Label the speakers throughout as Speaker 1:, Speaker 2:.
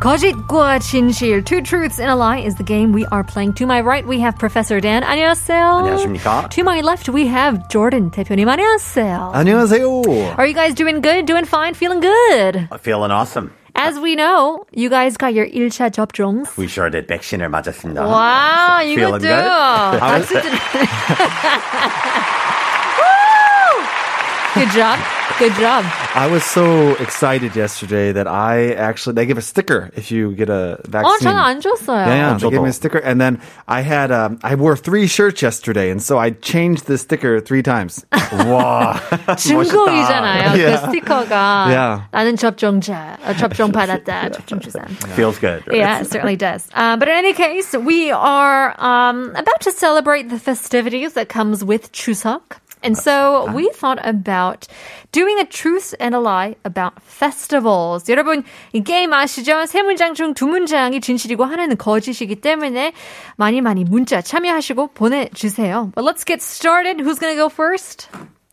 Speaker 1: 거짓과 진실, two truths and a lie is the game we are playing. To my right, we have Professor Dan. 안녕하세요.
Speaker 2: 안녕하십니까?
Speaker 1: To my left, we have Jordan 대표님. 안녕하세요.
Speaker 2: Uh. 안녕하세요.
Speaker 1: Are you guys doing good? Doing fine? Feeling
Speaker 2: Uh.
Speaker 1: good?
Speaker 2: Feeling awesome.
Speaker 1: As we know, you guys got your 1차 접종s.
Speaker 2: We sure did. 백신을 맞았습니다.
Speaker 1: Wow, you
Speaker 2: Feeling
Speaker 1: could do.
Speaker 2: good? I was-
Speaker 1: 박수 좀- Woo! Good job. Good job.
Speaker 3: I was so excited yesterday that I actually they give a sticker if you get
Speaker 1: 어,
Speaker 3: a vaccine.
Speaker 1: 저는 안 줬어요.
Speaker 3: yeah, yeah, they
Speaker 2: 저도.
Speaker 3: gave me a sticker, and then I had um, I wore three shirts yesterday, and so I changed the sticker three times.
Speaker 2: 와.
Speaker 1: 증거이잖아요. 그
Speaker 3: Yeah.
Speaker 1: 스티커가
Speaker 3: Yeah.
Speaker 1: 나는 접종자, 어, 접종 받았다, 접종 주사.
Speaker 2: Feels good. right?
Speaker 1: Yeah, it certainly does. Uh, but in any case, we are um, about to celebrate the festivities that comes with Chuseok. And so we thought about doing a truth and a lie about festivals. 여러분, 이 게임 아시죠? 세 문장 중 두 문장이 진실이고 하나는 거짓이기 때문에 많이 많이 문자 참여하시고 보내주세요. But let's get started. Who's going to go first?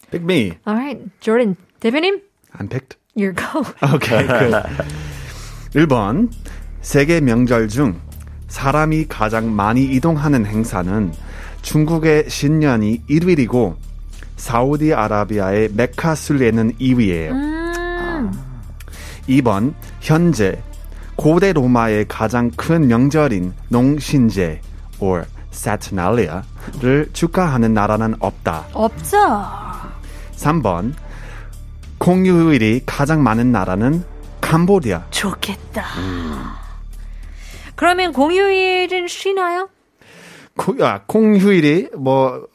Speaker 3: Pick me.
Speaker 1: All right, Jordan, 대표님,
Speaker 3: I'm picked.
Speaker 1: your go.
Speaker 3: Okay, good. 1번 세계 명절 중 사람이 가장 많이 이동하는 행사는 중국의 신년이 1위이고 사우디아라비아의 메카 순례는 2위예요. 2번 현재 고대 로마의 가장 큰 명절인 농신제 or Saturnalia를 축하하는 나라는 없다.
Speaker 1: 없죠.
Speaker 3: 3번 공휴일이 가장 많은 나라는 캄보디아.
Speaker 1: 좋겠다. 그러면 공휴일은 쉬나요?
Speaker 3: 고- 아, 공휴일이 뭐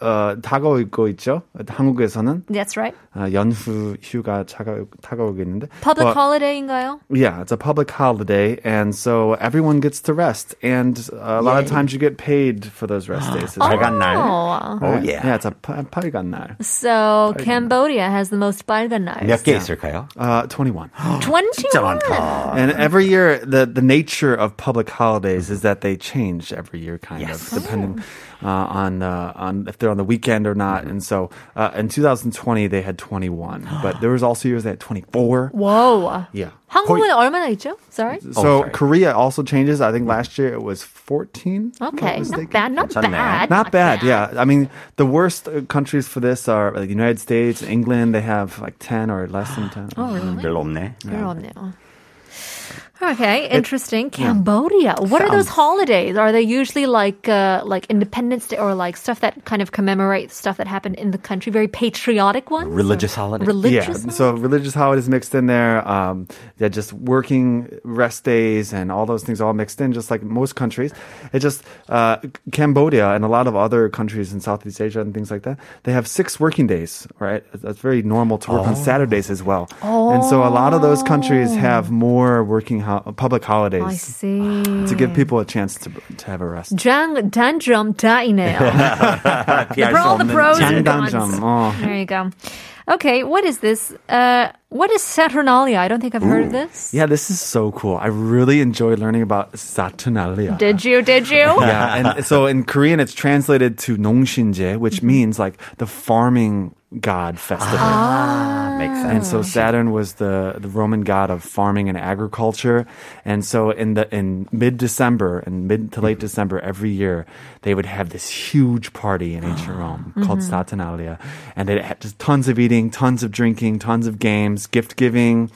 Speaker 3: 어, 어, 다가오고 있죠. 한국에서는
Speaker 1: That's right.
Speaker 3: 아, 연휴 휴가 차가, 다가오겠는데.
Speaker 1: Public
Speaker 3: Well,
Speaker 1: holiday인가요?
Speaker 3: Yeah, it's a public holiday, and so everyone gets to rest. And a lot of times you get paid for those rest days. as well.
Speaker 2: 빨간 날.
Speaker 1: Oh.
Speaker 2: Oh,
Speaker 3: yeah.
Speaker 2: yeah.
Speaker 3: it's a pa- 빨간 날.
Speaker 1: So Cambodia has the most 빨간
Speaker 2: 몇
Speaker 1: knives.
Speaker 2: 개 있을까요?
Speaker 3: Uh, 21.
Speaker 1: 21.
Speaker 2: 많다.
Speaker 1: 음,
Speaker 3: and every year, the, the nature of public holidays is that they change every year, kind
Speaker 2: Yes.
Speaker 3: of, depending uh, on, uh, on if they're on the weekend or not. And so uh, in 2020, they had 21, but there was also years they had 24.
Speaker 1: Oh, Whoa.
Speaker 3: Yeah.
Speaker 1: 한국은 얼마나 있죠? Sorry.
Speaker 3: So
Speaker 2: sorry.
Speaker 3: Korea also changes. I think last year it was 14. if I'm
Speaker 1: Okay.
Speaker 3: mistaken.
Speaker 1: Not bad. Not
Speaker 2: 괜찮네.
Speaker 1: bad.
Speaker 3: Not bad, yeah. I mean, the worst uh, countries for this are like, the United States, England. They have like ten or less than ten. Oh, really?
Speaker 2: 음, 별로 없네.
Speaker 1: 그렇네요. Okay, interesting. Cambodia. What are those holidays? Are they usually like uh, like Independence Day or like stuff that kind of commemorates stuff that happened in the country? Very patriotic ones.
Speaker 2: Religious holiday?
Speaker 1: Religious.
Speaker 3: Yeah,
Speaker 1: holidays?
Speaker 3: so religious holidays mixed in there. Um, yeah, just working rest days and all those things all mixed in, just like most countries. It just uh, Cambodia and a lot of other countries in Southeast Asia and things like that. They have six working days, right? That's very normal to work
Speaker 1: Oh.
Speaker 3: on Saturdays as well. And so a lot of those countries have more working ho- public holidays.
Speaker 1: I see.
Speaker 3: to give people a chance to to have a rest.
Speaker 1: 장 단점 다이네요.
Speaker 2: 피할
Speaker 1: For
Speaker 2: 수
Speaker 1: all the
Speaker 2: 없는
Speaker 1: pros and cons.
Speaker 3: 장단점. 어.
Speaker 1: There you go. Okay, what is this? Uh, what is Saturnalia? I don't think I've heard of this.
Speaker 3: Yeah, this is so cool. I really enjoy learning about Saturnalia.
Speaker 1: Did you? Did you?
Speaker 3: yeah, and so in Korean, it's translated to Nongshinje, which means like the farming god festival.
Speaker 2: Ah, makes
Speaker 3: And
Speaker 2: sense.
Speaker 3: so Saturn was the, the Roman god of farming and agriculture. And so in the in mid December and mid to late December every year, they would have this huge party in ancient Rome called Saturnalia, and they had just tons of eating, tons of drinking, tons of games, gift giving.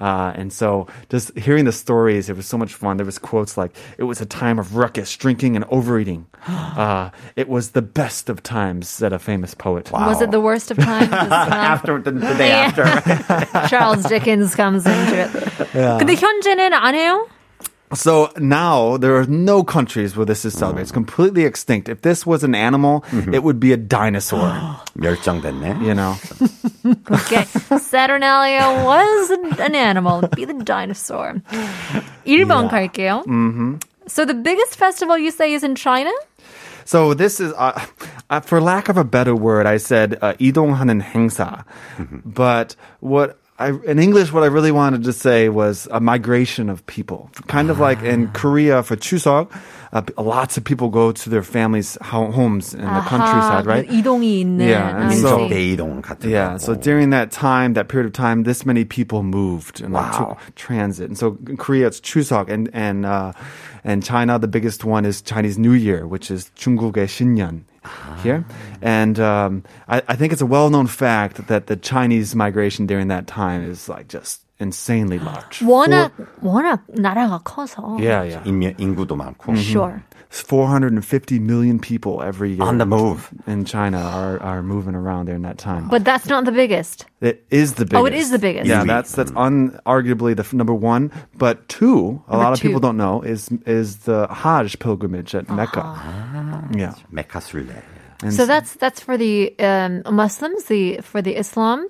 Speaker 3: Uh, and so just hearing the stories, it was so much fun. There was quotes like, it was a time of ruckus, drinking and overeating. Uh, it was the best of times, said a famous poet.
Speaker 1: Was it the worst of times? It's not.
Speaker 2: After the, the day
Speaker 1: Yeah.
Speaker 2: after.
Speaker 1: Charles Dickens comes into it. 근데 현재는 안 해요?
Speaker 3: So now there are no countries where this is celebrated. It's completely extinct. If this was an animal, it would be a dinosaur.
Speaker 2: 멸종됐네.
Speaker 3: you know,
Speaker 1: Okay. Saturnalia was an animal. Be the dinosaur.
Speaker 3: Mm-hmm.
Speaker 1: 1번 갈게요. So the biggest festival you say is in China?
Speaker 3: So this is, uh, uh, for lack of a better word, I said uh, 이동하는 행사. But what I, in English, what I really wanted to say was a migration of people. Kind of like in Korea for Chuseok, uh, lots of people go to their families' ho- homes in the countryside, right?
Speaker 1: 이동이 있는.
Speaker 3: Yeah, and
Speaker 1: I
Speaker 3: so-
Speaker 1: see.
Speaker 2: 민족 대이동 같은
Speaker 3: Yeah,
Speaker 2: 거.
Speaker 3: so during that time, that period of time, this many people moved and like,
Speaker 2: Wow.
Speaker 3: took transit. And so in Korea, it's Chuseok, and and uh, and China, the biggest one is Chinese New Year, which is 중국의 신년 here.
Speaker 2: Ah.
Speaker 3: And um, I, I think it's a well-known fact that the Chinese migration during that time is like just insanely large.
Speaker 1: 워낙 워낙 나라가 커서.
Speaker 3: yeah, yeah,
Speaker 2: 인명, 인구도 많고.
Speaker 1: Sure.
Speaker 3: 450 million people every year
Speaker 2: On the move.
Speaker 3: in China are are moving around during that time.
Speaker 1: But that's not the biggest.
Speaker 3: It is the biggest. Mm.
Speaker 1: Oh, it is the biggest.
Speaker 3: Yeah,
Speaker 2: Easy.
Speaker 3: that's that's unarguably the f- number one. But two, a lot of
Speaker 1: two. Uh-huh.
Speaker 3: people don't know is is the Hajj pilgrimage at Mecca. Yeah,
Speaker 2: 메카 술래.
Speaker 1: so that's that's for the um, Muslims, the for the Islam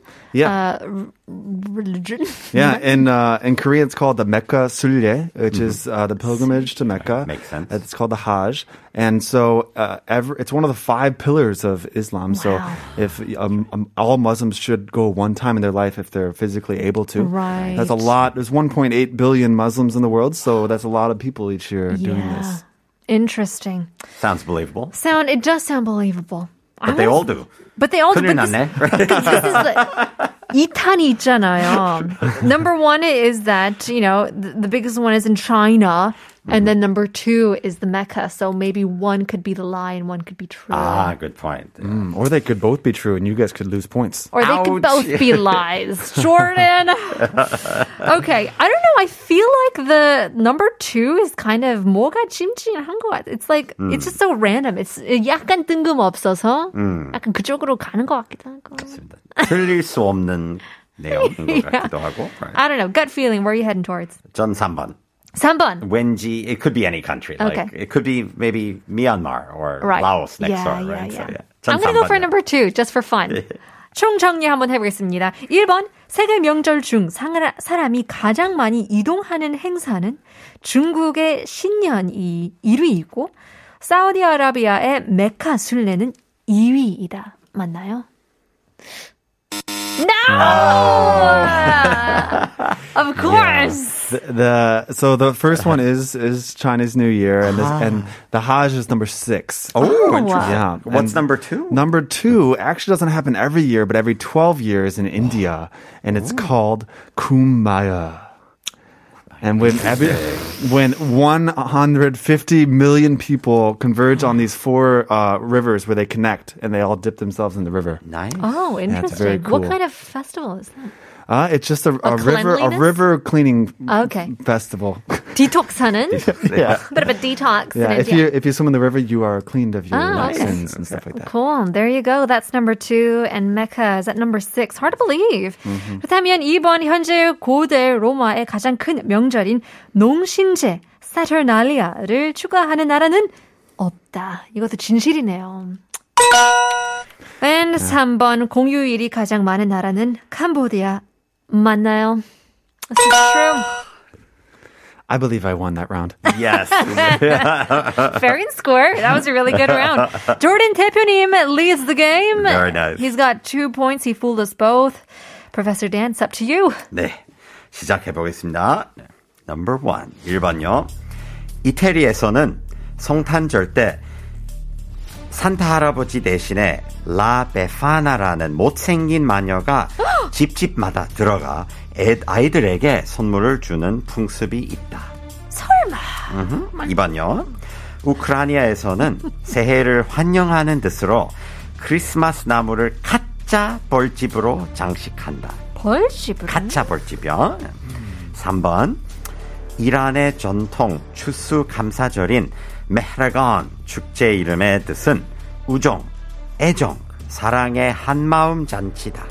Speaker 1: uh,
Speaker 3: yeah,
Speaker 1: r- religion.
Speaker 3: yeah.
Speaker 1: Mm-hmm.
Speaker 3: In uh, in Korea, it's called the Mecca Sulye, which is
Speaker 1: Mm-hmm.
Speaker 3: uh, the pilgrimage to Mecca.
Speaker 2: Makes sense.
Speaker 3: It's called the Hajj, and so uh, ever it's one of the five pillars of Islam. So
Speaker 1: Wow.
Speaker 3: if um, um, all Muslims should go one time in their life if they're physically able to.
Speaker 1: Right.
Speaker 3: That's a lot. There's 1.8 billion Muslims in the world, so that's a lot of people each year doing
Speaker 1: Yeah.
Speaker 3: this.
Speaker 1: Interesting.
Speaker 2: Sounds believable.
Speaker 1: Sound it does sound believable. I
Speaker 2: But they
Speaker 1: was-
Speaker 2: all do.
Speaker 1: But they all do.
Speaker 2: 큰일
Speaker 1: but this-
Speaker 2: 났네.
Speaker 1: this is like, 2탄이 있잖아요. Number one is that, you know, the, the biggest one is in China.
Speaker 2: Mm-hmm.
Speaker 1: And then number two is the Mecca. So maybe one could be the lie and one could be true.
Speaker 2: Ah, good point.
Speaker 3: Mm, Or they could both be true, and you guys could lose points.
Speaker 1: Or they could
Speaker 2: Ouch.
Speaker 1: both be lies. Jordan. okay. I don't know. I feel like the number two is kind of 뭐가 찜찜한 것 같아. It's like, it's just so random. It's 약간 뜬금없어서 약간 그쪽으로 가는 것 같기도 하고.
Speaker 2: 맞습니다. 틀릴 수 없는 내용인 것 같기도 하고. Right.
Speaker 1: I don't know. Gut feeling. Where are you heading towards?
Speaker 2: 전 3번.
Speaker 1: 3번.
Speaker 2: 왠지 it could be any country.
Speaker 1: Okay.
Speaker 2: Like it could be maybe Myanmar or
Speaker 1: Right.
Speaker 2: Laos next
Speaker 1: Yeah,
Speaker 2: door,
Speaker 1: yeah,
Speaker 2: right?
Speaker 1: yeah.
Speaker 2: 전
Speaker 1: I'm gonna go for
Speaker 2: 3번이요.
Speaker 1: number two, just for fun. 총정리 한번 해보겠습니다. 1번, 세계 명절 중 상하- 사람이 가장 많이 이동하는 행사는 중국의 신년이 1위이고, 사우디아라비아의 메카 순례는 2위이다. 맞나요? No!
Speaker 2: 아.
Speaker 1: of course!
Speaker 3: The, the so the first one is is Chinese New Year, and this, and the Hajj is number six.
Speaker 2: Ah. Oh, interesting.
Speaker 3: yeah.
Speaker 2: What's
Speaker 3: And
Speaker 2: number two?
Speaker 3: Number two actually doesn't happen every year, but every twelve years in India, and it's
Speaker 2: Oh.
Speaker 3: called Kumbaya. And when every, when 150 million people converge on these four uh, rivers where they connect, and they all dip themselves in the river.
Speaker 2: Nice.
Speaker 1: Oh,
Speaker 3: very
Speaker 1: interesting. What
Speaker 3: cool.
Speaker 1: kind of festival is that?
Speaker 3: Uh, it's just a, a, river a
Speaker 1: cleanliness?
Speaker 3: river cleaning
Speaker 2: Uh.
Speaker 1: Okay.
Speaker 3: festival.
Speaker 1: Detox하는?
Speaker 3: yeah.
Speaker 1: bit of a detox.
Speaker 3: 네. Yeah,
Speaker 1: in
Speaker 3: if
Speaker 1: India.
Speaker 3: you if you swim in the river, you are cleaned of your
Speaker 1: Ah,
Speaker 3: like,
Speaker 1: okay.
Speaker 3: sins and stuff like that.
Speaker 1: Cool. There you go. That's number two. And Mecca is at number six. Hard to believe.
Speaker 3: Mm-hmm.
Speaker 1: 그렇다면 이번 현재 고대 로마의 가장 큰 명절인 농신제, Saturnalia를 추가하는 나라는 없다. 이것도 진실이네요. And 3번 공휴일이 가장 많은 나라는 캄보디아 맞나요? This is true.
Speaker 3: I believe I won that round.
Speaker 2: Yes.
Speaker 1: Fair and square. That was a really good round. Jordan Tepunim leads the game.
Speaker 2: Very nice.
Speaker 1: He's got two points. He fooled us both. Professor Dan, it's up to you.
Speaker 2: 네. 시작해 보겠습니다. Number one. 1번요. 이태리에서는 성탄절 때 산타 할아버지 대신에 라 베파나라는 못생긴 마녀가 집집마다 들어가 애, 아이들에게 선물을 주는 풍습이 있다.
Speaker 1: 설마.
Speaker 2: 이번요. 우크라이나에서는 새해를 환영하는 뜻으로 크리스마스 나무를 가짜 벌집으로 장식한다.
Speaker 1: 벌집으로.
Speaker 2: 가짜 벌집이요. 3번. 이란의 전통 추수 감사절인 메헤라건 축제 이름의 뜻은 우정, 애정, 사랑의 한마음 잔치다.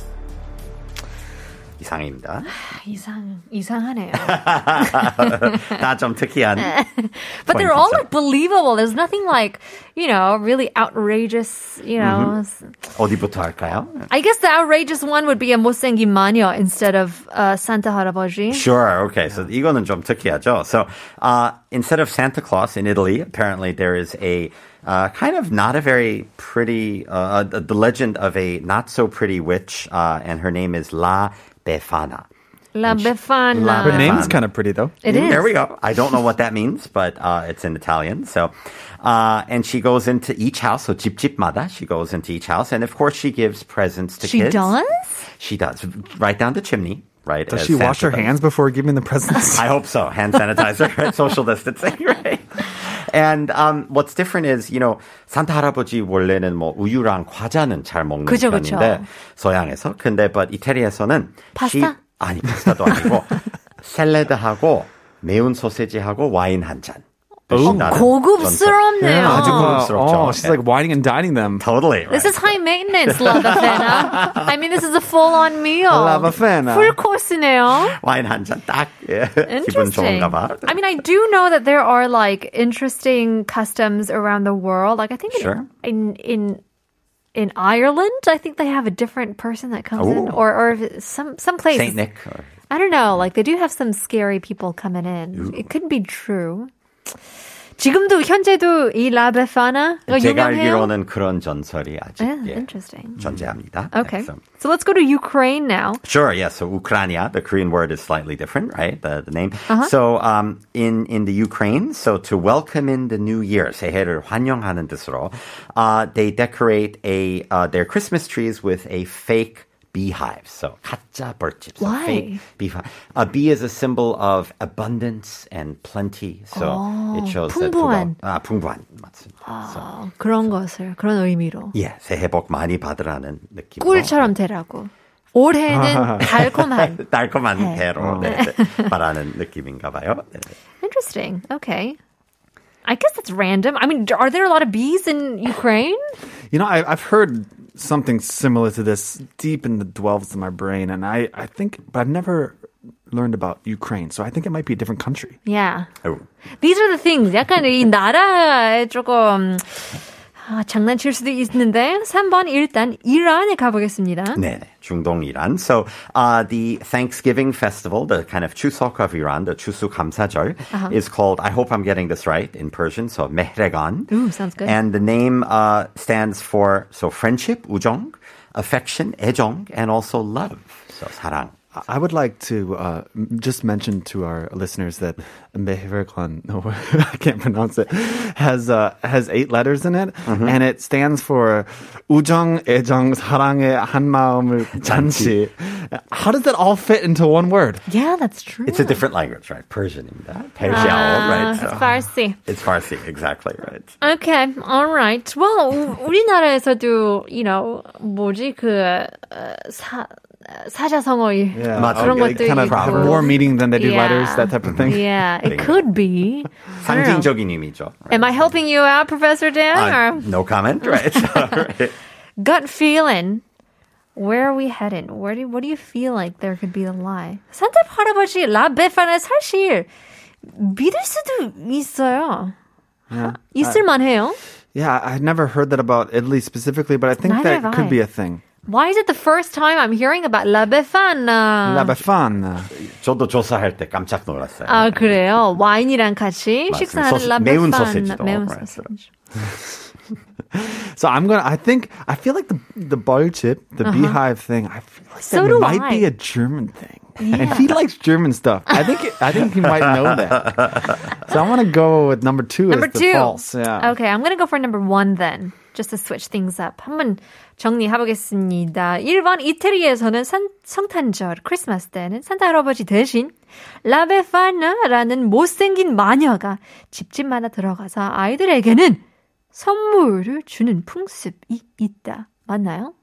Speaker 2: 이상입니다.
Speaker 1: 이상, 이상하네요.
Speaker 2: 다 좀 특이한
Speaker 1: But they're all
Speaker 2: Points
Speaker 1: like believable. There's nothing like, you know, really outrageous, you know.
Speaker 2: Mm-hmm. 어디부터 할까요?
Speaker 1: I guess the outrageous one would be a 못생긴 마녀 instead of uh, Santa 할아버지.
Speaker 2: Sure. Okay. So 이거는 좀 특이하죠. So uh, instead of Santa Claus in Italy, apparently there is a uh, kind of not a very pretty, uh, the the legend of a not so pretty witch, uh, and her name is La Befana.
Speaker 1: La Befana.
Speaker 2: La
Speaker 3: Her
Speaker 2: Befana.
Speaker 3: name's kind of pretty though.
Speaker 1: It is.
Speaker 2: Mm, There we go. I don't know what that means, but uh, it's in Italian. So, uh, and she goes into each house. So 집집마다 she goes into each house, and of course she gives presents to
Speaker 1: She
Speaker 2: kids.
Speaker 1: does?
Speaker 2: She does. Right down the chimney. Right. as
Speaker 3: Does she wash her
Speaker 2: Santa does.
Speaker 3: hands before giving the presents?
Speaker 2: I hope so. Hand sanitizer, right? social distancing, right? And um, what's different is, you know, 산타 할아버지 원래는 뭐 우유랑 과자는 잘 먹는
Speaker 1: 그죠, 그죠.
Speaker 2: 편인데 서양에서 근데 but 이태리에서는
Speaker 1: 파스타?
Speaker 2: she- 아니 파스타도 아니고 샐러드하고 매운 소세지하고 와인 한 잔.
Speaker 1: 어,
Speaker 2: 드신다는
Speaker 1: 고급스럽네요. 어,
Speaker 2: 전통. 아주
Speaker 3: Uh,
Speaker 2: 고급스럽죠. 네.
Speaker 3: oh, she's like whining and dining them.
Speaker 2: totally. Right?
Speaker 1: This is high maintenance, La Befana. I mean, this is a full on meal.
Speaker 3: La Befana.
Speaker 1: Full course네요.
Speaker 2: 와인 한 잔 딱 예. 기분
Speaker 1: Interesting.
Speaker 2: 좋은가 봐.
Speaker 1: I mean, I do know that there are like interesting customs around the world. Like I think in-
Speaker 2: Sure.
Speaker 1: in in in Ireland, I think they have a different person that comes in,
Speaker 2: Ooh.
Speaker 1: or or if it's some some place.
Speaker 2: Saint Nick. or-
Speaker 1: I don't know. Like they do have some scary people coming in. It could be true. 지금도 현재도 이 라베파나가
Speaker 2: 제가
Speaker 1: 어, 유명해요. 네,
Speaker 2: 알기로는 그런 전설이 아직
Speaker 1: Yeah,
Speaker 2: 예,
Speaker 1: Interesting.
Speaker 2: 존재합니다.
Speaker 1: Mm. Okay,
Speaker 2: 그래서
Speaker 1: so let's go to Ukraine now.
Speaker 2: Sure, yeah. So Ukraina, the Korean word is slightly different, right? The, the name.
Speaker 1: Uh-huh.
Speaker 2: So um, in in the Ukraine, so to welcome in the new year, 새해를 환영하는 뜻으로, uh, they decorate a uh, their Christmas trees with a fake beehive. So 가짜 벌집. So
Speaker 1: Why?
Speaker 2: Fake beehive. A bee is a symbol of abundance and plenty. So it shows that
Speaker 1: Oh, 풍부한.
Speaker 2: 아, 풍부한 맞습니다. So,
Speaker 1: 어, 그런 것을 그런 의미로
Speaker 2: 예, 새해 복 많이 받으라는 느낌.
Speaker 1: 꿀처럼 되라고. 올해는 달콤한.
Speaker 2: 달콤한
Speaker 1: 네.
Speaker 2: 해로 네, 네. 말하는 느낌인가 봐요. 네.
Speaker 1: Interesting. Okay. I guess that's random. I mean, are there a lot of bees in Ukraine?
Speaker 3: You know, I, I've heard something similar to this deep in the dwells of my brain, and I, I think, but I've never learned about Ukraine, so I think it might be a different country.
Speaker 1: Yeah.
Speaker 2: 아이고.
Speaker 1: These are the things. 약간 이 나라에 조금 아, 장난칠 수도 있는데 3번 일단 이란에 가보겠습니다.
Speaker 2: 네, 네. 중동 이란. So uh, the Thanksgiving festival, the kind of Chuseok of Iran, the Chusu Kamsajol,
Speaker 1: Uh-huh.
Speaker 2: is called. I hope I'm getting this right in Persian. So Mehregan.
Speaker 1: Ooh, sounds good.
Speaker 2: And the name uh, stands for so friendship, ujong, affection, ejong, and also love. So sarang.
Speaker 3: I- I would like to uh, m- just mention to our listeners that Mehverklan, no, I can't pronounce it, has uh, has eight letters in it, and it stands for 우정, 애정, 사랑의 한 마음을 잔치. How does that all fit into one word?
Speaker 1: Yeah, that's true. 아,
Speaker 2: It's a different language, right? Persian, in that. Persia,
Speaker 1: Ah.
Speaker 2: right?
Speaker 1: It's
Speaker 2: So
Speaker 1: Farsi.
Speaker 2: it's Farsi, exactly, right?
Speaker 1: Okay, all right. Well, 우- 우리나라에서도 you know 뭐지 그 어, 사, 사자성어일
Speaker 2: 맞아.
Speaker 1: 그런
Speaker 2: Okay,
Speaker 1: 것도
Speaker 3: kind of
Speaker 1: 있고.
Speaker 2: Proverbs.
Speaker 3: more meaning than they do
Speaker 1: Yeah.
Speaker 3: letters, that type of thing.
Speaker 1: Yeah, it
Speaker 2: Bingo.
Speaker 1: could be. I don't know.
Speaker 2: 상징적인 의미죠.
Speaker 1: Am I helping you out, Professor Dan?
Speaker 2: Uh,
Speaker 1: or
Speaker 2: no comment, right? Right.
Speaker 1: gut feeling? Where are we headed? Where do what do you feel like there could be a lie? 산타 할아버지 라베파는 사실 믿을 수도 있어요. 있을만해요.
Speaker 3: Yeah, I- I'd never heard that about Italy specifically, but I think
Speaker 1: Neither have
Speaker 3: that could
Speaker 1: I.
Speaker 3: be a thing.
Speaker 1: Why is it the first time I'm hearing about La Befana?
Speaker 3: La Befana.
Speaker 2: 저도 조사할 때 깜짝 놀랐어요.
Speaker 1: 아 그래요? 와인이랑 같이
Speaker 2: 맞습니다.
Speaker 1: 식사하는
Speaker 2: 소시-
Speaker 1: La
Speaker 2: 매운
Speaker 1: Befana.
Speaker 2: 소시지도.
Speaker 1: 매운
Speaker 2: Right.
Speaker 1: 소시지.
Speaker 3: So I'm gonna. I think I feel like the the ball chip, the beehive thing. I feel
Speaker 1: Uh-huh.
Speaker 3: like
Speaker 1: So
Speaker 3: that
Speaker 1: do
Speaker 3: might
Speaker 1: I.
Speaker 3: be a German thing, and he likes German stuff. I think it, I think he might know that. So I want to go with number two.
Speaker 1: Number
Speaker 3: as
Speaker 1: two.
Speaker 3: the false. Yeah.
Speaker 1: Okay, I'm gonna go for number one then. Just to switch things up. 한번 정리해보겠습니다. 1번 이태리에서는 산, 성탄절, 크리스마스 때는 산타 할아버지 대신 라베파나라는 못생긴 마녀가 집집마다 들어가서 아이들에게는 선물을 주는 풍습이 있다. 맞나요?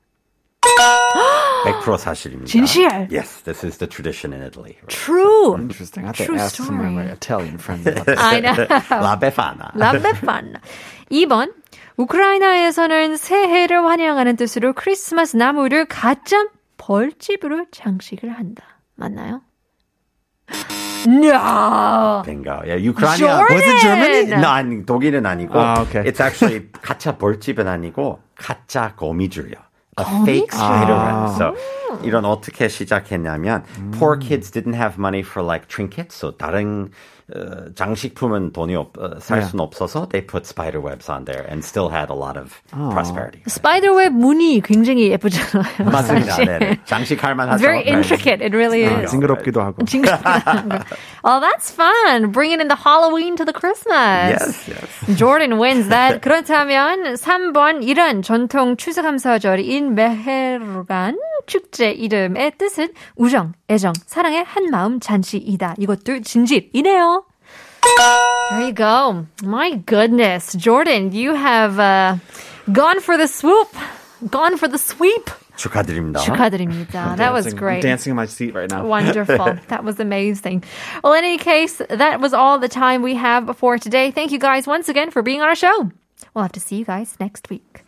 Speaker 2: 100% 사실입니다.
Speaker 1: 진실.
Speaker 2: Yes, this is the tradition in Italy. Right? 음.
Speaker 1: True!
Speaker 3: Interesting. I have to
Speaker 1: True
Speaker 3: ask some of my
Speaker 1: story.
Speaker 3: Italian friends about this.
Speaker 2: 네.
Speaker 1: I know.
Speaker 2: La Befana. 네.
Speaker 1: 라베판. 2번. 우크라이나에서는 새해를 환영하는 뜻으로 크리스마스 나무를 가짜 벌집으로 장식을 한다. 맞나요? No.
Speaker 2: Bingo. Yeah, Ukraine.
Speaker 1: Jordan! Was it Germany?
Speaker 2: No, 아니, 독일은 아니고.
Speaker 3: Ah, okay.
Speaker 2: It's actually 가짜 벌집은 아니고 가짜 거미줄이요. 아. A fake spider web. So 이런 어떻게 시작했냐면 poor kids didn't have money for like trinkets. So 다른 어, 장식품은 돈이 없, 어, 살 수는 없어서 they put spider webs on there and still had a lot of prosperity.
Speaker 1: 스파이더웹 무늬 굉장히 예쁘잖아요.
Speaker 2: 맞습니다.
Speaker 1: 사실.
Speaker 2: 네, 네. 장식할 만하죠.
Speaker 1: It's very
Speaker 2: 네.
Speaker 1: intricate. It really is.
Speaker 3: 징그럽기도 하고.
Speaker 1: oh, that's fun. Bringing in the Halloween to the Christmas.
Speaker 2: Yes, yes.
Speaker 1: Jordan wins that. 그렇다면 3번 이런 전통 추수감사절인 메헤르간 축제 이름의 뜻은 우정, 애정, 사랑의 한마음 잔치이다. 이것도 진실이네요. There you go. My goodness. Jordan, you have uh, gone for the swoop. Gone for the sweep.
Speaker 2: 축하드립니다.
Speaker 1: 축하드립니다. That was
Speaker 3: Dancing-
Speaker 1: great.
Speaker 3: Dancing in my seat right now.
Speaker 1: Wonderful. that was amazing. Well, in any case, that was all the time we have for today. Thank you guys once again for being on our show. We'll have to see you guys next week.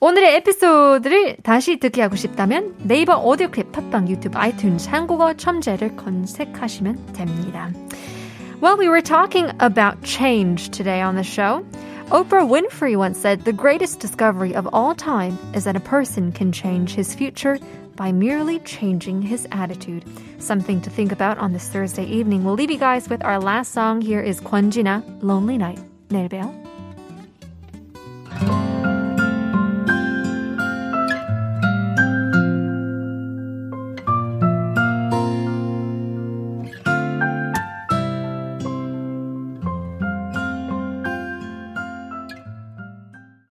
Speaker 1: 오늘의 에피소드를 다시 듣기 하고 싶다면 네이버 오디오 클립, 팟빵, 유튜브, 아이튠즈, 한국어 첨재를 검색하시면 됩니다. Well, we were talking about change today on the show. Oprah Winfrey once said the greatest discovery of all time is that a person can change his future by merely changing his attitude. Something to think about on this Thursday evening. We'll leave you guys with our last song. Here is Kwon Jina, Lonely Night. 내일 봬요.